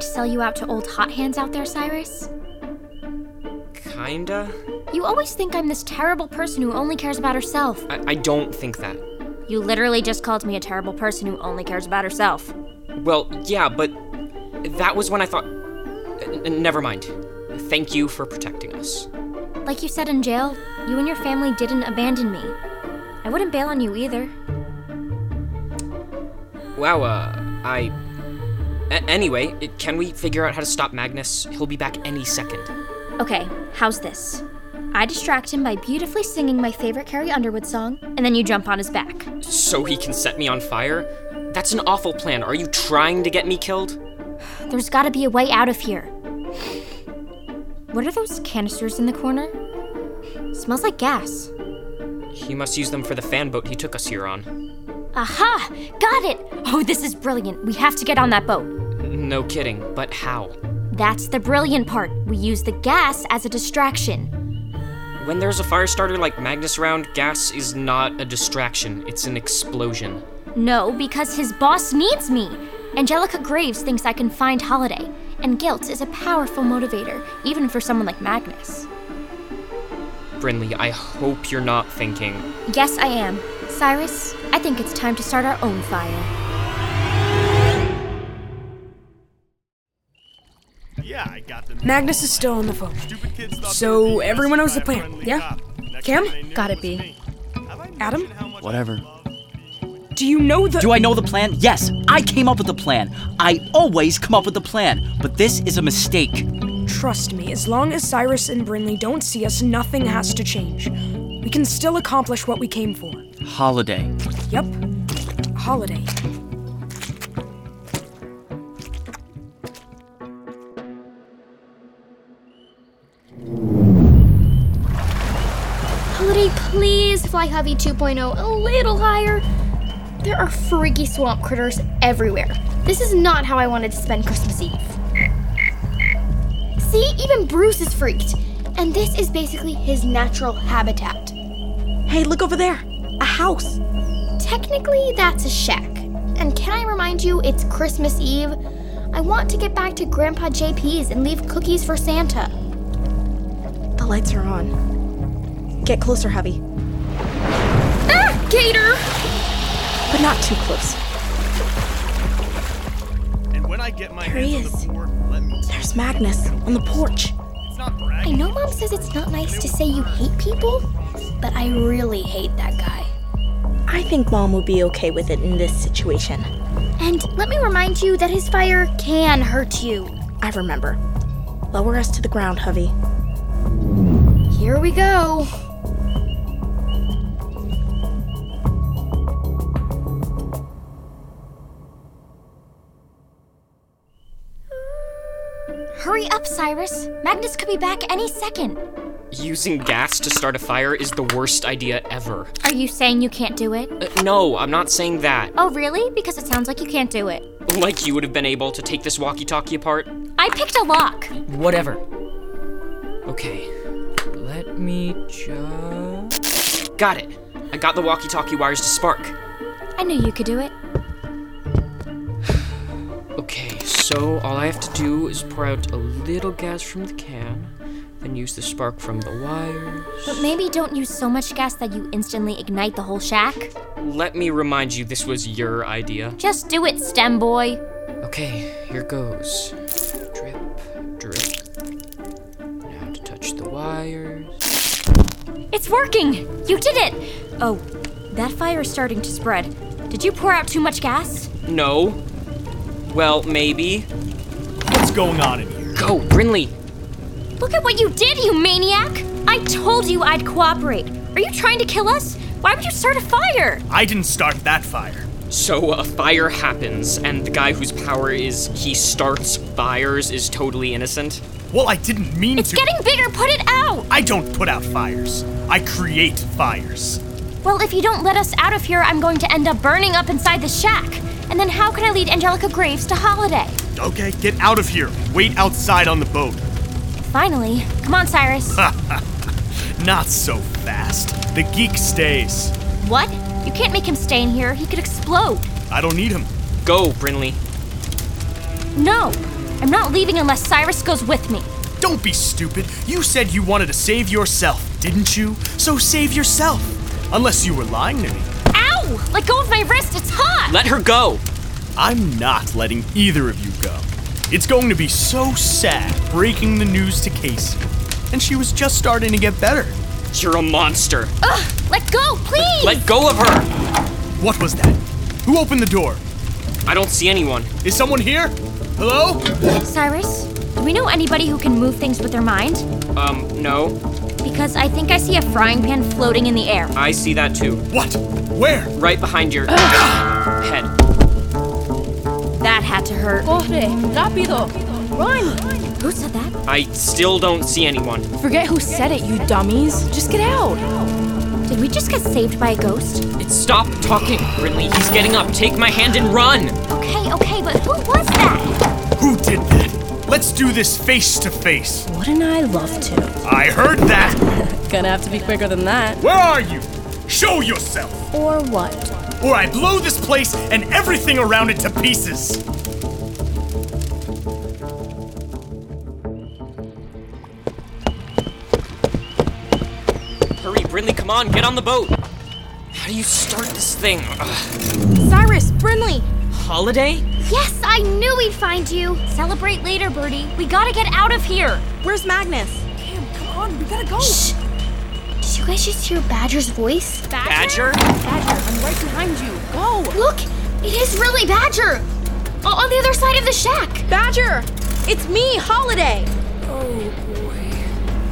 sell you out to old hot hands out there, Cyrus? Kinda? You always think I'm this terrible person who only cares about herself. I, I don't think that. You literally just called me a terrible person who only cares about herself. Well, yeah, but that was when I thought. N- n- never mind. Thank you for protecting us. Like you said in jail, you and your family didn't abandon me. I wouldn't bail on you either. Wow, uh, I. A- anyway, it- can we figure out how to stop Magnus? He'll be back any second. Okay, how's this? I distract him by beautifully singing my favorite Carrie Underwood song, and then you jump on his back. So he can set me on fire? That's an awful plan. Are you trying to get me killed? There's gotta be a way out of here. What are those canisters in the corner? Smells like gas. He must use them for the fan boat he took us here on. Aha! Got it! Oh, this is brilliant. We have to get on that boat. No kidding, but how? That's the brilliant part. We use the gas as a distraction. When there's a fire starter like Magnus round, gas is not a distraction, it's an explosion. No, because his boss needs me. Angelica Graves thinks I can find Holiday, and guilt is a powerful motivator, even for someone like Magnus. Brinley, I hope you're not thinking. Yes, I am. Cyrus, I think it's time to start our own fire. Yeah, I got the Magnus is still on the phone. stupid kids thought So, they were being everyone knows by the a plan, friendly yeah? cop. Next Cam? thing they knew Gotta it was be. me. Have I mentioned Adam? how much I Whatever. Do you know the. Do I know the plan? Yes, I came up with the plan. I always come up with the plan, but this is a mistake. Trust me, as long as Cyrus and Brinley don't see us, nothing has to change. We can still accomplish what we came for. Holiday. Yep. Holiday. Holiday, please fly Hovey 2.0 a little higher. There are freaky swamp critters everywhere. This is not how I wanted to spend Christmas Eve. See, even Bruce is freaked. And this is basically his natural habitat. Hey, look over there. A house. Technically, that's a shack. And can I remind you, it's Christmas Eve? I want to get back to Grandpa JP's and leave cookies for Santa. The lights are on. Get closer, Hubby. Ah, Gator! But not too close. was. And when I get my There he hands on is. the floor, let me. There's Magnus on the porch. It's not I bragging. know mom says it's not nice to say you hate people, but I really hate that guy. I think Mom will be okay with it in this situation. And let me remind you that his fire can hurt you. I remember. Lower us to the ground, Hovey. Here we go. Hurry up, Cyrus! Magnus could be back any second. Using gas to start a fire is the worst idea ever. Are you saying you can't do it? Uh, no, I'm not saying that. Oh, really? Because it sounds like you can't do it. Like you would have been able to take this walkie talkie apart. I picked a lock! Whatever. Okay. Let me just. Got it. I got the walkie talkie wires to spark. I knew you could do it. Okay, so all I have to do is pour out a little gas from the can, then use the spark from the wires. But maybe don't use so much gas that you instantly ignite the whole shack. Let me remind you, this was your idea. Just do it, STEM boy. Okay, here goes. Drip, drip. Now to touch the wires. It's working! You did it! Oh, that fire is starting to spread. Did you pour out too much gas? No. Well, maybe. What's going on in here? Go, Brinley. Look at what you did, you maniac! I told you I'd cooperate. Are you trying to kill us? Why would you start a fire? I didn't start that fire. So a fire happens, and the guy whose power is he starts fires is totally innocent. Well, I didn't mean It's to. getting bigger, put it out! I don't put out fires. I create fires. Well, if you don't let us out of here, I'm going to end up burning up inside the shack. And then how can I lead Angelica Graves to Holiday? Okay, get out of here. Wait outside on the boat. Finally. Come on, Cyrus. Not so fast. The geek stays. What? You can't make him stay in here. He could explode. I don't need him. Go, Brinley. No. I'm not leaving unless Cyrus goes with me. Don't be stupid. You said you wanted to save yourself, didn't you? So save yourself. Unless you were lying to me. Ow! Let go of my wrist, it's hot! Let her go! I'm not letting either of you go. It's going to be so sad breaking the news to Casey. And she was just starting to get better. You're a monster. Let go, please! Let go of her! What was that? Who opened the door? I don't see anyone. Is someone here? Hello? Cyrus, do we know anybody who can move things with their mind? Um, no. Because I think I see a frying pan floating in the air. I see that too. What? Where? Right behind your head. That had to hurt. Corre, rápido. Run! Who said that? I still don't see anyone. Forget who said it, you dummies. Just get out. Oh, Did we just get saved by a ghost? Stop talking, Ridley. He's getting up. Take my hand and run. Okay, okay, but who was that? Who did that? Let's do this face to face. Wouldn't I love to? I heard that. Gonna have to be quicker than that. Where are you? Show yourself, Or what? or I blow this place and everything around it to pieces. Hurry, Ridley, come on. Get on the boat. How do you start this thing? Ugh. Cyrus, Brinley! Holiday? Yes, I knew we'd find you! Celebrate later, Birdie. We gotta get out of here. Where's Magnus? Come on, we gotta go. Did you guys just hear Badger's voice? Badger? I'm right behind you. Go! Look! It is really Badger! O- on the other side of the shack! Badger! It's me, Holiday!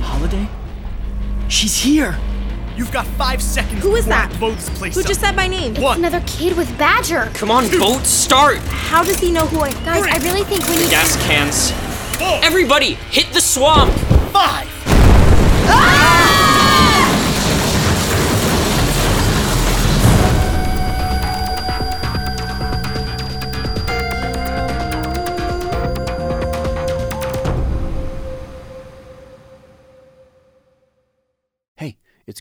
Holiday? She's here. You've got five seconds. Who is before I that? Blow this place Who up. just said my name? What? Another kid with Badger! Come on, boat, start! How does he know who I Guys, I really think we need Gas cans. Four, Everybody, hit the swamp! five. Hey, it's